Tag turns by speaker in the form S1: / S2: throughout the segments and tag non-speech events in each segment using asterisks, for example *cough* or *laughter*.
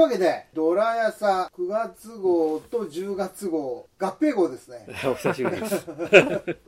S1: わけで、ドラヤサ9月号と10月号、合併号ですね。
S2: *laughs* お久しぶりです。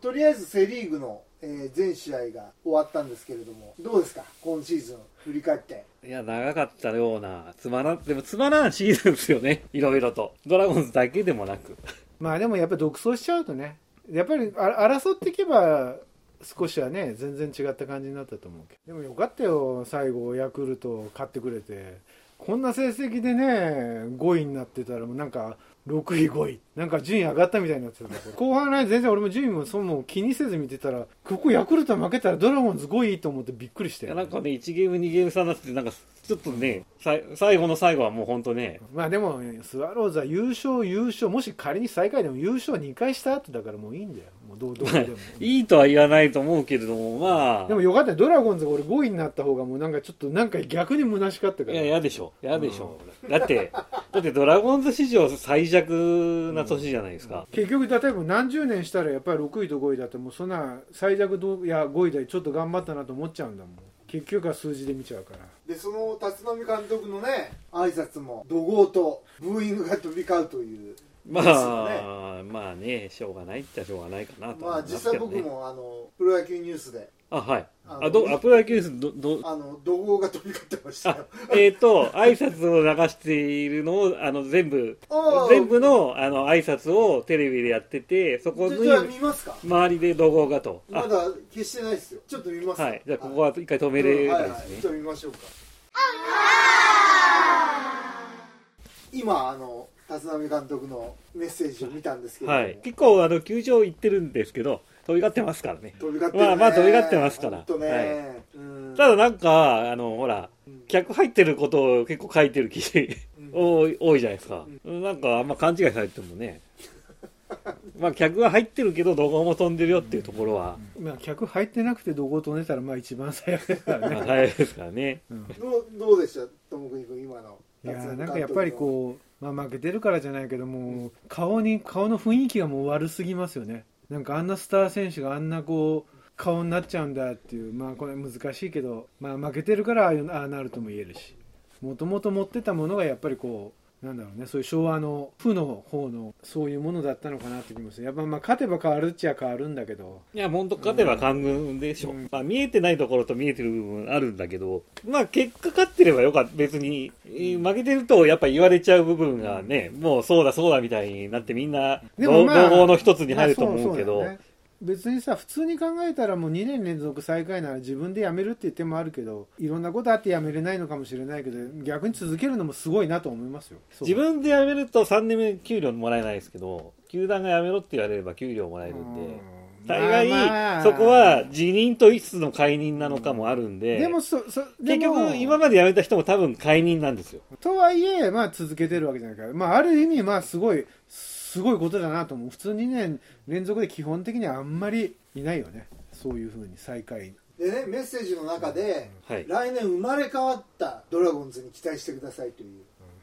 S1: とりあえずセ・リーグの、えー全試合が終わったんですけれども、どうですか今シーズン振り返って。
S2: いや、長かったような、つまらん、でもつまらんシーズンですよね。 *laughs* いろいろと。ドラゴンズだけでもなく。
S3: まあでもやっぱ独走しちゃうとねやっぱりあ争っていけば少しはね全然違った感じになったと思うけどでもよかったよ最後ヤクルト勝ってくれてこんな成績でね5位になってたらもうなんか6位5位なんか順位上がったみたいになってたから後半ね全然俺も順位もそうも気にせず見てたらここヤクルト負けたらドラゴンズ5位と思ってびっくりして
S2: いやなんかね、1ゲーム、2ゲーム差になってて、なんか、ちょっとね、さい最後の最後はもう本当ね、
S3: まあでもスワローズは優勝優勝もし仮に最下位でも優勝2回した後だからもういいんだよもうどうどうでも
S2: いいとは言わないと思うけれども、まあ、
S3: でもよかったよドラゴンズが俺5位になった方がもうなんかちょっとなんか逆に虚しかったか
S2: い
S3: ら
S2: や、嫌でしょ。嫌でしょ。だって、だってドラゴンズ史上最弱な年じゃないですか。
S3: 結局例えば何十年したらやっぱり6位と5位だってもうそんな最弱どいや5位だよちょっと頑張ったなと思っちゃうんだもん結局は数字で見ちゃうから
S1: で、その立浪監督のね、挨拶も、怒号とブーイングが飛び交うという。
S2: ま
S1: ですよ
S2: あ、まあね、しょうがないっちゃしょうがないかなと
S1: ま
S2: 思
S1: あ
S2: います
S1: 実
S2: け
S1: 際
S2: ど、ね。
S1: 僕もあのプロ野球ニュースで
S2: あ、はい。
S1: あの
S2: あ、ど、アプロ野球です。ど、ど、
S1: あの怒号が飛び交ってました
S2: あ
S1: よ。、
S2: *laughs* えっ、と、挨拶を流しているのを、あの、全部、
S1: おー
S2: 全部の、あの、挨拶をテレビでやってて、そこ
S1: じゃあ
S2: に、
S1: 見ますか
S2: 周りで怒号がと。
S1: ま
S2: あ、
S1: だ消してないですよ。ちょっと見ますか
S2: はい。じゃあ、ここは一回止めれ
S1: は
S2: た
S1: い
S2: ん
S1: は
S2: で
S1: い
S2: すね
S1: ちょ。っと見ましょうか今あの立浪監督のメッセージを見たんですけど、
S2: はい、結構あの球場行ってるんですけど飛び交ってますからね
S1: 飛び交ってるね
S2: まあまあ飛び交ってますから
S1: ほんとね、
S2: は
S1: うん
S2: ただなんかあのほら
S1: うん
S2: 客入ってることを結構書いてる記事
S1: うん
S2: 多い多いじゃないですか、なんかあんま勘違いされてもねまあ客は入ってるけどどこも飛んでるよっていうところは、
S3: まあ客入ってなくてどこ飛んでたらまあ一番最悪だからね
S2: まあ、大変ですからね
S1: どうどうでしたともくに君今の
S3: いやーなんかやっぱりこう、まあ、負けてるからじゃないけどもう顔に顔の雰囲気がもう悪すぎますよねなんかあんなスター選手があんなこう顔になっちゃうんだっていうまあこれ難しいけど、まあ、負けてるからああいうああなるとも言えるしもともと持ってたものがやっぱりこうなんだろうねそういう昭和の負の方のそういうものだったのかなって気もするやっぱまあ勝てば変わるっちゃ変わるんだけど
S2: いや、本当勝てば官軍でしょ、
S3: うん
S2: まあ、見えてないところと見えてる部分あるんだけど、まあ、結果勝ってればよかった。別に、えー負けてると、やっぱ言われちゃう部分がね、もうそうだそうだみたいになってみんな、
S3: で
S2: 同
S3: もまあ
S2: 同合の一つに入ると思うけど、
S3: まあそうそうだよね別にさ普通に考えたらもう2年連続最下位なら自分で辞めるっていう手もあるけどいろんなことあって辞めれないのかもしれないけど逆に続けるのもすごいなと思いますよそう
S2: 自分で辞めると3年目給料もらえないですけど、球団が辞めろって言われれば給料もらえるんで、
S3: うん
S2: 大概、
S3: まあまあ
S2: そこは辞任と一室の解任なのかもあるんで、
S3: でもそそで
S2: 結
S3: も
S2: 局、今まで辞めた人も多分解任なんですよ。
S3: とはいえ、まあ、続けてるわけじゃないから、まあ、ある意味、まあ、すごいすごいことだなと思う普通2年連続で基本的にはあんまりいないよねそういうふうに最下位
S1: うでねメッセージの中で、
S2: はい。
S1: 来年生まれ変わったドラゴンズに期待してくださいという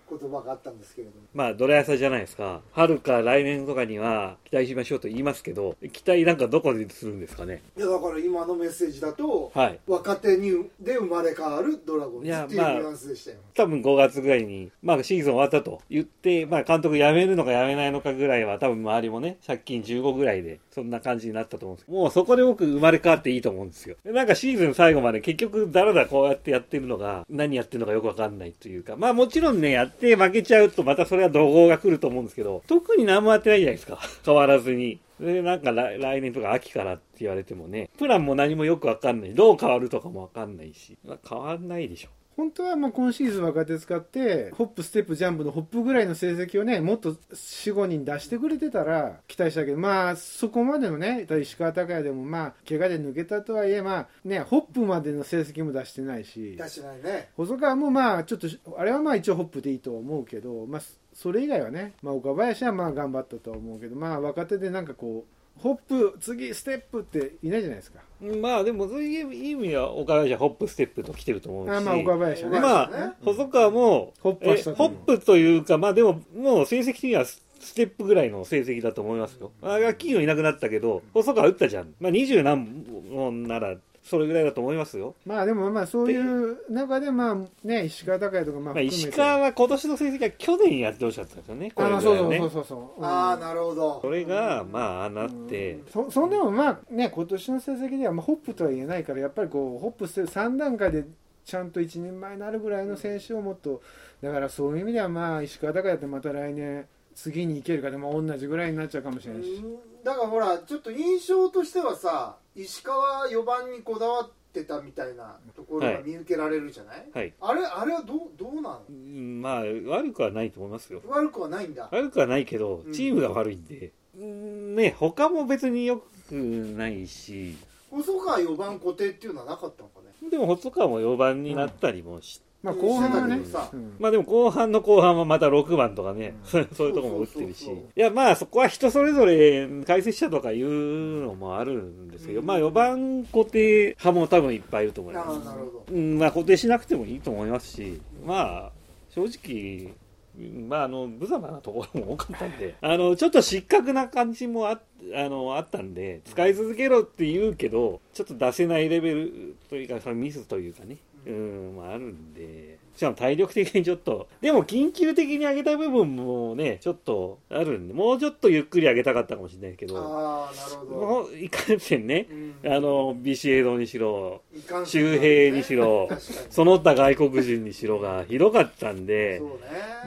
S1: 言葉があったんですけれども
S2: まあ、ドラヤサじゃないですか。春か来年とかには期待しましょうと言いますけど、期待なんかどこでするんですかね。
S1: いやだから今のメッセージだと、
S2: はい。
S1: 若手にで生まれ変わるドラゴンズっていうニ
S2: いやまあ
S1: ュアンスでしたよ、
S2: 多分5月ぐらいに、まあシーズン終わったと言って、まあ監督辞めるのか辞めないのかぐらいは多分周りもね、借金15ぐらいで、そんな感じになったと思うんですけど、もうそこで僕生まれ変わっていいと思うんですよ。でなんかシーズン最後まで結局だらだらこうやってやってるのが、何やってるのかよくわかんないというか、まあもちろんね、やって負けちゃうとまたそれは怒号が来ると思うんですけど、特に何もやってないじゃないですか。 *laughs* 変わらずに。で、なんか来来年とか秋からって言われてもね、プランも何もよくわかんない。どう変わるとかもわかんないし、まあ変わんないでしょ。
S3: 本当はまあ今シーズン若手使ってホップステップジャンプのホップぐらいの成績をねもっと45人出してくれてたら期待したけどまあそこまでのね石川昂弥でもまあ怪我で抜けたとはいえまあねホップまでの成績も出してないし
S1: 出してないね
S3: 細川もまあちょっとあれはまあ一応ホップでいいと思うけどまあそれ以外はね、まあ、岡林はまあ頑張ったとは思うけどまあ若手でなんかこうホップ次ステップっていないじゃないですか
S2: まあでもそういう意味は岡林はホップステップと来てると思うし
S3: あまあ岡林はね、
S2: まあ細川も
S3: ホップはした
S2: え
S3: と
S2: ホ
S3: 思う
S2: ップというかまあでももう成績的にはスステップぐらいの成績だと思いますよ。あ、金曜いなくなったけど細川打ったじゃん。まあ二十何本ならそれぐらいだと思いますよ。
S3: まあでもまあそういう中でまあね石川隆也とかまあ
S2: まあ、
S3: 含めて
S2: 石川は今年の成績は去年やってほしかったんですよね、これぐ
S3: あ
S2: らい
S3: そう
S2: は
S3: そう
S2: ね
S3: そうそうそう
S1: ああ
S3: うん
S1: なるほど
S2: それが、まあ、ああなって、
S3: そそんでもまあね今年の成績ではまあホップとは言えないからやっぱりこうホップして3段階でちゃんと一人前になるぐらいの選手をもっとだからそういう意味ではまあ石川隆也ってまた来年次に行けるかでも同じぐらいになっちゃうかもしれないし、
S1: うんだからほらちょっと印象としてはさ石川4番にこだわってたみたいなところ
S2: は
S1: が
S2: い
S1: 見受けられるじゃない、
S2: はい。
S1: あれあれはどうどうなの
S2: うんまあ、悪くはないと思いますよ。
S1: 悪くはないんだ
S2: 悪くはないけど
S1: う、ん
S2: チームが悪いんで、うんね、他も別に良くないし、
S1: 細川4番固定っていうのはなかったのかね
S2: でも細川も4番になったりもし、
S3: まあ後半はね、
S1: うんさ
S3: うん
S2: まあでも後半の後半はまた6番とかね、そういうとこも打ってるし、
S1: そうそうそうそう
S2: いやまあそこは人それぞれ解説者とかいうのもあるんですけど、
S1: うん
S2: まあ4番固定派も多分いっぱいいると思い
S1: なる
S2: ま
S1: ほ
S2: す
S1: ど。なるほど
S2: うん、まあ固定しなくてもいいと思いますし、まあ、正直、うんまあ、あの、無様なところも多かったんで、あの、ちょっと失格な感じもあ、あの、あったんで、使い続けろって言うけど、ちょっと出せないレベルというか、そのミスというかね、うん、まあ、あるんで、しかも体力的にちょっと、でも緊急的に上げた部分もね、ちょっとあるんで、もうちょっとゆっくり上げたかったかもしれないけど、
S1: ああなるほど、
S2: もういかんせんね
S1: う、ん
S2: あの、ビシエドにしろ、
S1: いかんせん
S2: 周平にしろ
S1: 確かに
S2: その他外国人にしろがひどかったんで
S1: そう、ね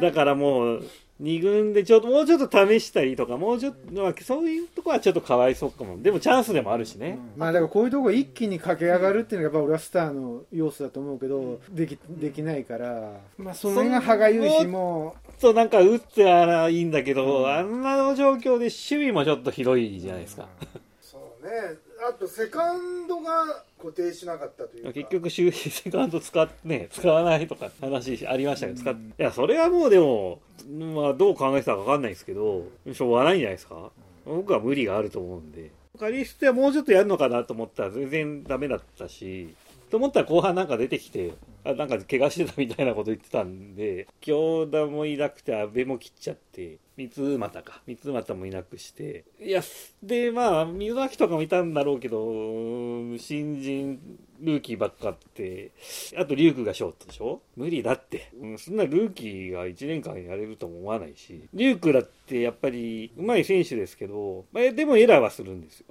S2: だからもう、2軍でちょっと、もうちょっと試したりとか、もうちょっと、まあそういうとこはちょっとかわいそうかも。でもチャンスでもあるしね。
S3: まあだからこういうとこ一気に駆け上がるっていうのがやっぱ俺はスターの要素だと思うけどできできないから、まあ、その辺が歯がゆいしもう
S2: ちょっとなんか打ってたらいいんだけど、
S3: うん
S2: あんなの状況で守備もちょっとひどいじゃないですか。
S1: そうねあとセカンドが固定しなかったというか
S2: 結局、周平セカンド使っね、使わないとか話ありましたけど、使っいや、それはもうでも、まあ、どう考えてたかわかんないですけど、しょうがないんじゃないですか僕は無理があると思うんで。カリステはもうちょっとやるのかなと思ったら全然ダメだったし、と思ったら後半なんか出てきて、あなんか怪我してたみたいなこと言ってたんで、京田もいなくて、阿部も切っちゃって、三ツ俣か。三ツ俣もいなくして。いや、で、まあ、水脇とかもいたんだろうけど、うーん新人、ルーキーばっかって、あと、リュウクがショートでしょ無理だって。うん、そんなルーキーが1年間やれるとも思わないし、リュウクだってやっぱり、うまい選手ですけど、まあでもエラーはするんですよ。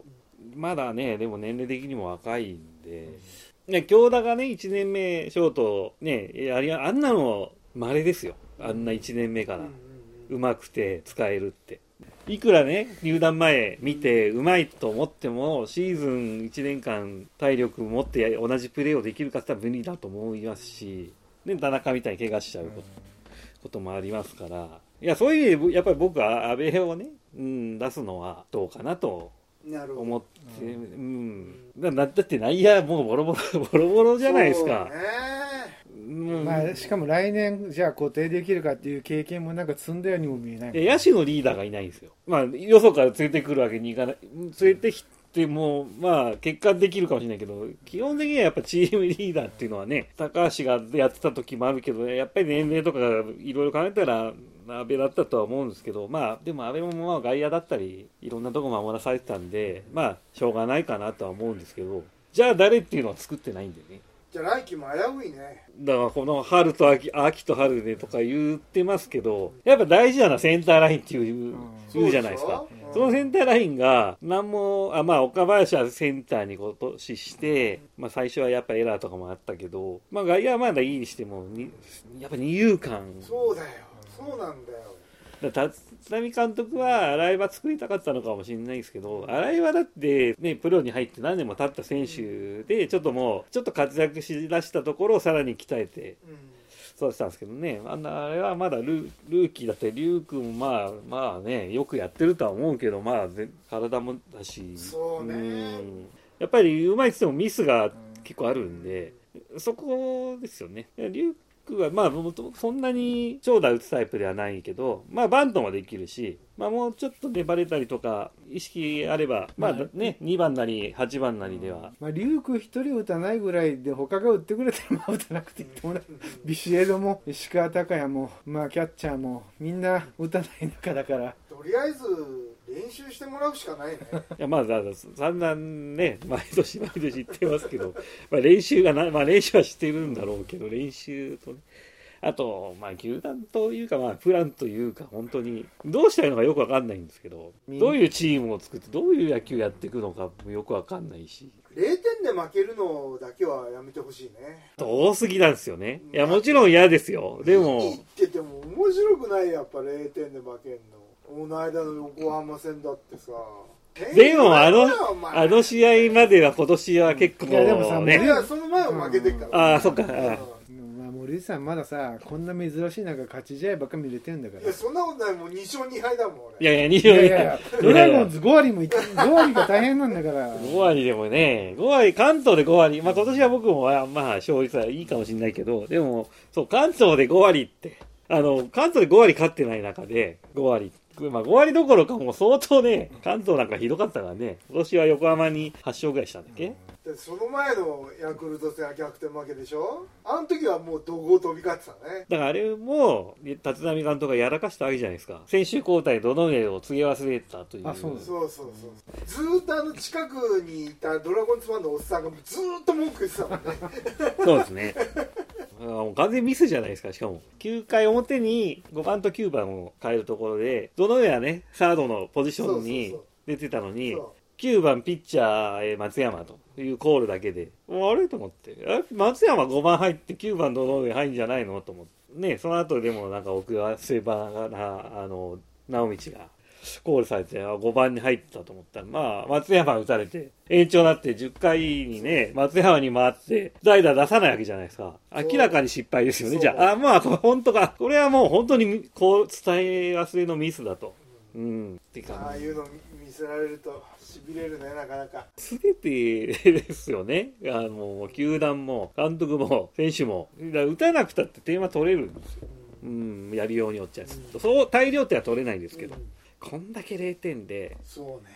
S2: まだね、でも年齢的にも若いんで、ね、京田がね、1年目、ショート、ね、やりあんなの、稀ですよ。あんな1年目か
S1: うん
S2: ら
S1: うん。うん
S2: うまくて使えるって。いくらね、入団前見てうまいと思っても、シーズン1年間体力持って同じプレーをできるかって言ったら無理だと思いますし、ね、田中みたいに怪我しちゃうことこともありますから、いや、そういう意味で、やっぱり僕は安倍をね、うん、出すのはどうかなと
S1: なるほど
S2: 思って、うん。だだって内野もうボロボロ、ボロボロじゃないですか
S1: そう。ね
S2: うん
S3: まあ、しかも来年じゃあ固定できるかっていう経験もなんか積んだようにも見えない
S2: いや野手のリーダーがいないんですよ。まあ、よそから連れてくるわけにいかない。連れてきても、まあ、結果できるかもしれないけど、基本的にはやっぱチームリーダーっていうのはね、高橋がやってた時もあるけど、やっぱり年齢とかいろいろ考えたら、安倍だったとは思うんですけど、まあ、でも安倍もまあ外野だったり、いろんなとこ守らされてたんで、まあ、しょうがないかなとは思うんですけど、じゃあ誰っていうのは作ってないんでね。
S1: じゃあ来季も危ういね
S2: だからこの春と秋、秋と春でとか言ってますけど、やっぱ大事なのはセンターラインっていう、言うじゃないですか。
S1: そうでしょ
S2: そのセンターラインが、なんも、あまあ、岡林はセンターに今年して、まあ、最初はやっぱエラーとかもあったけど、まあ、外野はまだいいにしても、にやっぱ二遊間。
S1: そうだよそうなんだよ
S2: だから立浪監督は、洗い場作りたかったのかもしれないですけど、洗い場だって、ね、プロに入って何年も経った選手で、ちょっともう、ちょっと活躍しだしたところをさらに鍛えて、
S1: うん
S2: そうしたんですけどね、あんなあれはまだルルーキーだって、リュウ君もまあ、まあね、よくやってるとは思うけど、まあ、ぜ体もだし、
S1: そうね
S2: んやっぱりうまいっつってもミスが結構あるんで、そこですよね。リュウ君は、まあ、もとそんなに長打打つタイプではないけど、まあ、バントもできるし、まあ、もうちょっと粘れたりとか、意識あれば、まあ
S3: まあ
S2: ね、2番なり8番なりでは、
S3: まあ、リュウク一人打たないぐらいで他が打ってくれた *laughs* らまあ打たなくていいと思うビシエドも石川隆也も、まあ、キャッチャーもみんな打たない中だから
S1: とりあえず練練習してもらうしかないね *laughs*
S2: いやまあだだ散々ね毎年毎年言ってますけど、まあ、練習がな、まあ、練習はしてるんだろうけど練習とねあと、まあ、球団というか、まあ、プランというか、本当に、どうしたらいいのかよくわかんないんですけど、どういうチームを作って、どういう野球やっていくのかもよくわかんないし、
S1: 0点で負けるのだけはやめてほしいね
S2: 遠すぎなんですよね。いや、もちろん嫌ですよ。で
S1: 言っ
S2: も、
S1: てても面白くないやっぱ0点で負けんのこの間の横浜戦だってさ点取られたよ
S2: でもあの
S1: お、前
S2: あの試合までは今年は結構
S3: いやでもさ
S1: い
S2: ね。
S1: やその前は負けてっから、
S2: ああ、そっか。
S1: うん
S2: あ
S3: まあ、森内さんまださこんな珍しい中勝ち試合ばっか見れてんだか
S1: いや
S3: ら
S1: そんなことないもう2勝2敗だもん
S2: い
S1: 俺
S2: やいや、2
S3: いや
S2: 勝い
S3: いやい
S2: や
S3: やドラゴンズ5割もい5割が大変なんだから
S2: 5割でもね、5割、関東で5割、まあ今年は僕も、あまあ勝率はいいかもしれないけど、でも、そう、関東で5割って、あの、関東で5割勝ってない中で、5割、まあ5割どころかもう相当ね、関東なんかひどかったからね、今年は横浜に8勝ぐらいしたんだっけ、
S1: でその前のヤクルト戦は逆転負けでしょあの時はもう怒号飛び交ってたね
S2: だからあれも、立浪監督がやらかしたわけじゃないですか。選手交代、どの上を告げ忘れてたという。
S3: あそうです
S1: そうそうそうずーっとあの近くにいたドラゴンズファンのおっさんがずーっと文句言ってたもんね
S2: そうですね。あもう完全ミスじゃないですか、しかも。9回表に5番と9番を変えるところで、どの上はね、サードのポジション
S1: そう
S2: に
S1: そうそう
S2: 出てたのに、
S1: そ
S2: 9番ピッチャーえー松山というコールだけで、あれと思って、え松山5番入って9番どの上入るんじゃないのと思って、ね、その後でもなんか奥が末ばな、あの、直道がコールされて、あ5番に入ってたと思ったら、まあ、松山打たれて、延長になって10回にね、松山に回って、代打出さないわけじゃないですか。
S1: う
S2: 明らかに失敗ですよ
S1: そ
S2: ね、
S1: う
S2: じゃあ。あ、まあ、これ本当か。これはもう本当に、こう、伝え忘れのミスだと。うん、って
S1: うあ
S2: 感
S1: あ
S2: じ
S1: い。うの見見せられるとしびれるねなかなか
S2: すべてですよね。 *laughs* あの、球団も、監督も、選手も。だから打たなくたって点は取れるんですよ。うん、やりようによっちゃすると。そう、大量点は取れないんですけど。
S1: うん
S2: こんだけ0点で、
S1: そうね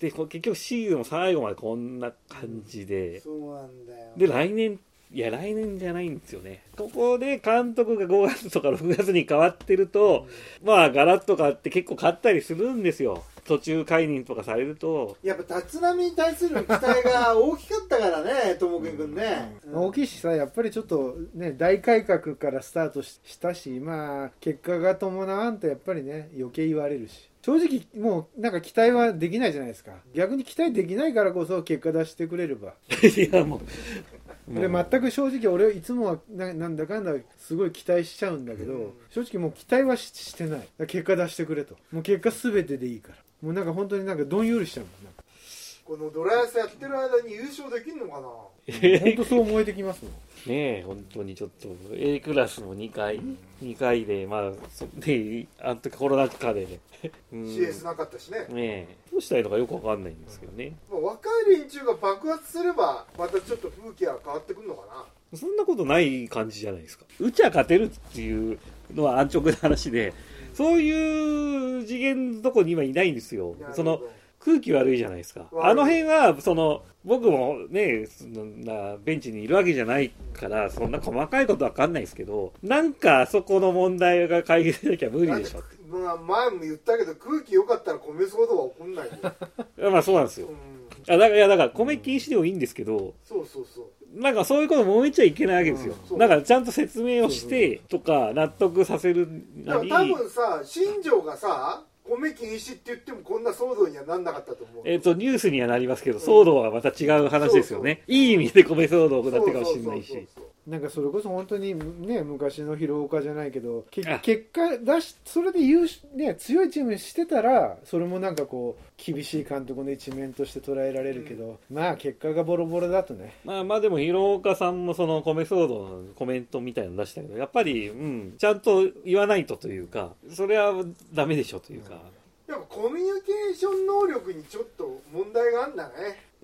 S2: で、こう結局シーズンも最後までこんな感じで、
S1: そうなんだよ
S2: で、来年、いや、来年じゃないんですよね。ここで監督が5月とか6月に変わってると、まあ、ガラッと変わって結構勝ったりするんですよ。途中解任とかされると、 *laughs*
S1: やっぱ立浪に対する期待が大きかったからねともくんくんね、
S3: まあ大きいしさやっぱりちょっとね大改革からスタートししたしまあ結果が伴わんとやっぱりね余計言われるし正直もうなんか期待はできないじゃないですか逆に期待できないからこそ結果出してくれれば
S2: いや、もう。
S3: で全く正直俺いつもはななんだかんだすごい期待しちゃうんだけど、正直もう期待はししてないだから結果出してくれともう結果全てでいいからもうなんか本当になんかどんよりしちゃうもんなんか
S1: このドラヤスやってる間に優勝できんのかな
S2: *laughs*
S3: 本当そう思えてきますもん
S2: ねえ、本当にちょっと、A クラスも2回、2回で、まあ、そねえ、あの時コロナ禍でね。
S1: *laughs*
S2: うんね
S1: CS なかったしね、
S2: え、どうしたいのかよくわかんないんですけどね。
S1: まあ若い連中が爆発すればまたちょっと風景は変わってくるのかな
S2: そんなことない感じじゃないですか。うちは勝てるっていうのは安直な話で、そういう次元のとこに今いないんですよ
S1: なるほ。ど
S2: その、空気悪いじゃないですか。
S1: 悪い
S2: あの辺は、その、僕もね、そんなベンチにいるわけじゃないから、そんな細かいことわかんないですけど、なんかあそこの問題が解決しなきゃ無理でしょって。
S1: まあ、前も言ったけど空気良かったら米騒動は起こんない
S2: *laughs*
S1: よ、
S2: まあそうなんですよ
S1: う。ん、
S2: あだから、いやだから米禁止でもいいんですけど、
S1: そうそうそう
S2: なんかそういうこと揉めちゃいけないわけですよ
S1: うんそ。う
S2: なんかちゃんと説明をして、とか、納得させる
S1: だ
S2: な
S1: か
S2: り、
S1: ら多分さ新庄がさ米禁止って言ってもこんな騒動にはなんなかったと思う
S2: えっ、と、ニュースにはなりますけど、騒動はまた違う話ですよね。いい意味で米騒動
S1: そう
S2: になってるかもしれない
S1: そう
S2: し。
S1: そう
S3: なんかそれこそ本当にね昔の広岡じゃないけどけ
S2: あ
S3: 結果出しそれで優勝ね強いチームにしてたらそれもなんかこう厳しい監督の一面として捉えられるけど、まあ結果がボロボロだとね
S2: まあまあでも、広岡さんもその米騒動のコメントみたいなの出したけど、やっぱり、うん、ちゃんと言わないとというか、それはダメでしょというか、
S1: そうやっぱコミュニケーション能力にちょっと問題があんだね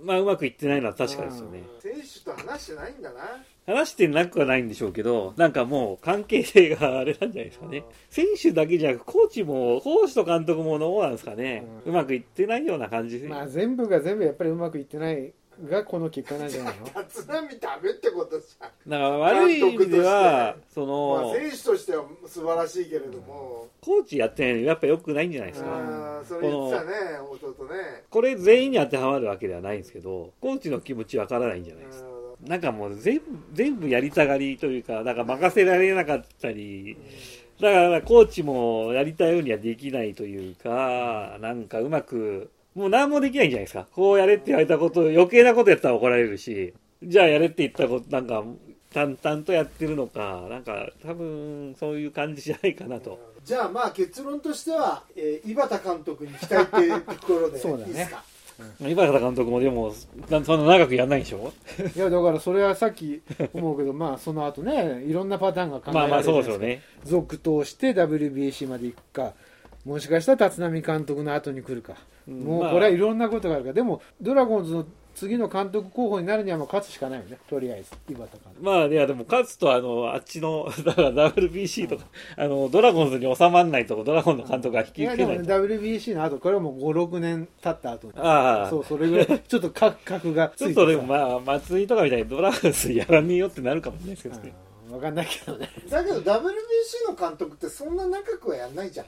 S2: まあうまくいってないのは確かですよね。
S1: 選手と話してないんだな
S2: 話してなくはないんでしょうけど、なんかもう関係性があれなんじゃないですかね。選手だけじゃなく、コーチも、コーチと監督もどうなんですかね。
S3: う
S2: うまくいってないような感じ。
S3: まあ全部が全部やっぱりうまくいってないがこの結果なんじゃないの
S1: 立浪ダメってことじゃん
S2: だから悪い意味では
S1: 監督、
S2: そ
S1: まあ
S2: の、
S1: 選手としては素晴らしいけれども、
S2: コーチやってないのやっぱ良くないんじゃないです
S1: う
S2: か。
S1: んそれ言ってたね弟ね
S2: これ全員に当てはまるわけではないんですけど、コーチの気持ちわからないんじゃないですか。なんかもう全部、全部やりたがりというか、なんか任せられなかったり、だからコーチもやりたいようにはできないというか、なんかうまく、もう何もできないんじゃないですか。こうやれって言われたこと、余計なことやったら怒られるし、じゃあやれって言ったこと、なんか淡々とやってるのか、なんか多分そういう感じじゃないかなと。
S1: じゃあまあ結論としては、えー井端監督に期待っていうとこ
S2: *laughs*
S1: ろで
S3: そうだね
S1: いいですか
S2: 井原監督もでも、なそんな長くやんないでしょ
S3: いやだからそれはさっき思うけどまあその後ねいろんなパターンが考えら
S2: ま
S3: れ
S2: あ
S3: る
S2: まあ
S3: じゃ
S2: そ
S3: な
S2: う
S3: い
S2: です
S3: か
S2: よね。
S3: 続投して WBC まで行くかもしかしたら立浪監督の後に来るか、
S2: うん
S3: もうこれはいろんなことがあるからでもドラゴンズの次の監督候補になるにはもう勝つしかないよねとりあえず井端監督
S2: まあ、いや、でも、勝つと、あの、あっちの、 *laughs* だから WBC とか、あの、ドラゴンズに収まらないとこ、ドラゴンの監督が引
S3: い
S2: き受
S3: やで
S2: け
S3: も、
S2: な
S3: ね、
S2: いと。
S3: WBC の後これはもう56年経った後に
S2: ああ
S3: そうそれぐらい *laughs* ちょっと格格がつ
S2: ち
S3: い
S2: ょってとでも、まあ、松井とかみたいにドラゴンズやらねえよってなるかもしれないですけどね。
S3: 分かんないけどね
S1: だけど WBC の監督ってそんな長くはやんないじゃん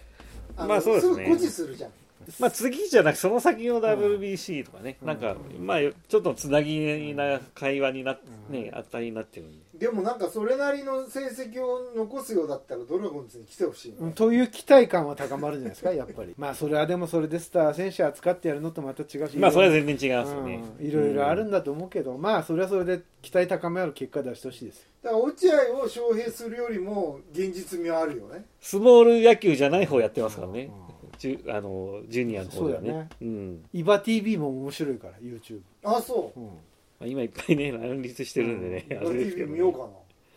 S1: の
S2: まあそうですね
S1: ぐ誇示するじゃん
S2: まあ、次じゃなくて、その先の WBC とかね、なんか、まあ、ちょっとつなぎな会話になっ、ね、当たりになってるんで。
S1: でもなんかそれなりの成績を残すようだったらドラゴンズに来てほしいね、
S3: うんという期待感は高まるんじゃないですかやっぱりまあそれはでもそれでスター選手扱ってやるのとまた違うし
S2: まあ、それは全然違いますよね。
S3: うんいろいろあるんだと思うけど、まあそれはそれで期待高めある結果出してほしいですよ
S1: だから落合を招聘するよりも現実味はあるよね
S2: スモール野球じゃない方やってますからね。じゅあの、ジュニアの方では
S3: そうだ
S2: ね
S3: ね。
S2: うん。
S3: イバ TV も面白いから YouTube、
S1: あそ
S2: まあ今いっぱいね、乱立してるんでね。
S1: う
S2: あれですけ
S1: TV
S2: どね
S1: 見ようか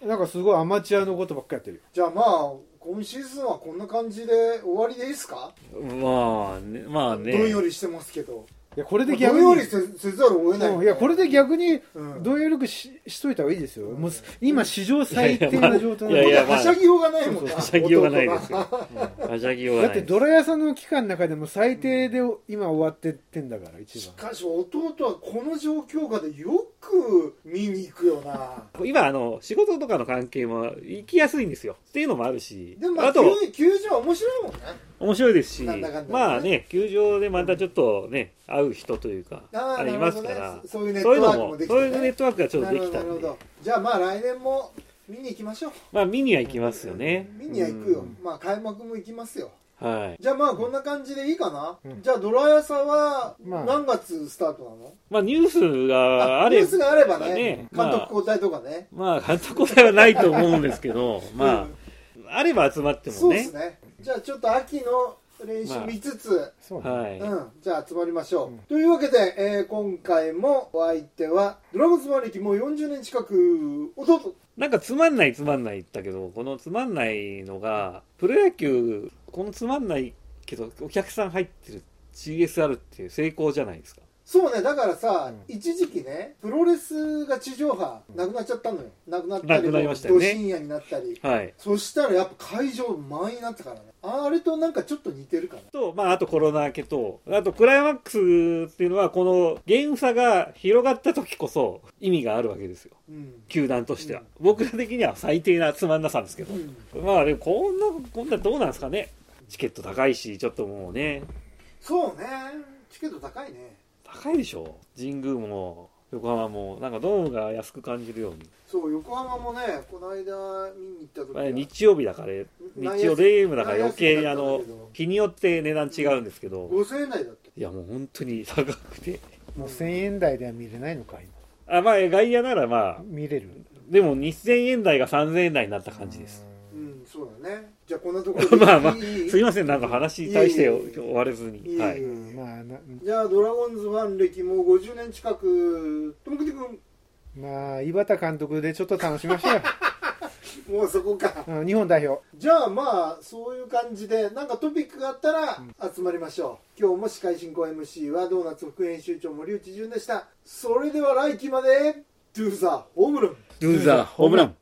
S1: な
S3: なんかすごいアマチュアのことばっかやってるよ
S1: じゃあまあ今シーズンはこんな感じで終わりでいいですか、
S2: まあね、まあね。
S1: どんよりしてますけど
S3: いやこれ
S1: ど
S3: で
S1: ん
S3: 逆に
S1: よりせせざるを得ない、
S3: うんいやこれで逆に
S1: うん
S3: どうよくししといた方がいいですよ、もうす今史上最低な状態
S2: いやいやまあ
S1: はしゃぎようがないもんな
S2: はしゃぎようがないですよ。
S1: *laughs*
S2: はしゃぎようが
S3: だ
S2: な
S3: っ
S2: い
S3: て
S2: です。
S3: ドラ屋さんの期間の中でも最低で今終わってってんだから一
S1: し
S3: 番
S1: かし弟はこの状況下でよく見に行くよな
S2: 今、あの、仕事とかの関係も行きやすいんですよ。っていうのもあるし。
S1: でもま
S2: あ
S1: あ
S2: と、
S1: 球球場は面白いもんね
S2: 面白いですし、
S1: なんだかんだね
S2: まあね、球場でまたちょっとね、会う人というか、
S1: あー
S2: ありますから、
S1: なるほどねそういうネット
S2: そういう
S1: ワ
S2: の
S1: ークも
S2: も、
S1: できて
S2: そ
S1: ね
S2: ういうネットワークがちょっとできた
S1: なる
S2: ん
S1: ほ
S2: で
S1: ど、じゃあまあ来年も見に行きましょう
S2: まあ見には行きますよね。
S1: 見には行くよ、
S2: うん
S1: まあ開幕も行きますよ
S2: はい。
S1: じゃあまあこんな感じでいいかな、
S3: うん
S1: じゃあドラヤサは
S3: まあ
S1: 何月スタートなの、
S2: まあニュースがあ
S1: ニュ
S2: れ
S1: ースがあればね
S2: ね
S1: 監督交代とかね、
S2: まあ、監督答えはないと思うんですけど、まあ、あれば集まって
S1: そ
S2: も
S1: うで
S2: ね
S1: す。ねじゃあちょっと秋の練習見つつ、
S3: そうね、
S2: はい。
S1: うん、じゃあ集まりましょう、
S3: うん
S1: というわけで、えー今回もお相手はドラゴンズマン歴もう40年近く弟
S2: なんかつまんないつまんない言ったけど、このつまんないのが、プロ野球、このつまんないけど、お客さん入ってる CSR って成功じゃないですか。
S1: そうねだからさ、
S3: う
S1: 一時期ねプロレスが地上波なくなっちゃったのよなくなった
S2: な
S1: り
S2: く
S1: も
S2: なりましたよね
S1: 深夜になったり
S2: はい。
S1: そしたらやっぱ会場満員になったからねあれとなんかちょっと似てるかな
S2: と、まあ、あとコロナ明けと、あとクライマックスっていうのは、このゲーム差が広がった時こそ意味があるわけですよ。
S1: うん、
S2: 球団としては。
S1: うん
S2: 僕ら的には最低なつまんなさですけど
S1: う。ん
S2: まあ、でもこんな、こんなどうなんですかね。チケット高いし、ちょっともうね、
S1: そうねチケット高いね
S2: 高いでしょ神宮も横浜もなんかドームが安く感じるように、
S1: そう横浜もねこの間見に行った時
S2: まあ
S1: は
S2: 日曜日だから日曜デームだから余計にあの
S1: 内野手だったんだけ
S2: 日によって値段違うんですけ
S1: ど
S2: ど、
S1: 5000円台だった
S2: いやもう本当に高くて
S3: もう1000円台では見れないのか今
S2: あまあ外野ならまあ
S3: 見れる
S2: でも2000円台が3000円台になった感じです、
S1: うんそうだねじゃあこんなところで
S2: *laughs* まあまあ
S1: いい
S2: すいませんなんか話に対して
S1: いえいえいえ
S2: 終われずに
S1: いえいえ
S2: はい
S3: うんまあな
S1: じゃあドラゴンズファン歴もう50年近くともくじ君
S3: まあ井端監督でちょっと楽しみましょうよ
S1: もうそこか *laughs*
S3: うん日本代表
S1: じゃあまあそういう感じでなんかトピックがあったら集まりましょう、今日も司会進行 MC はドーナツ副編集長森内潤でしたそれでは来期までトゥーザーホームラン
S2: Do the home run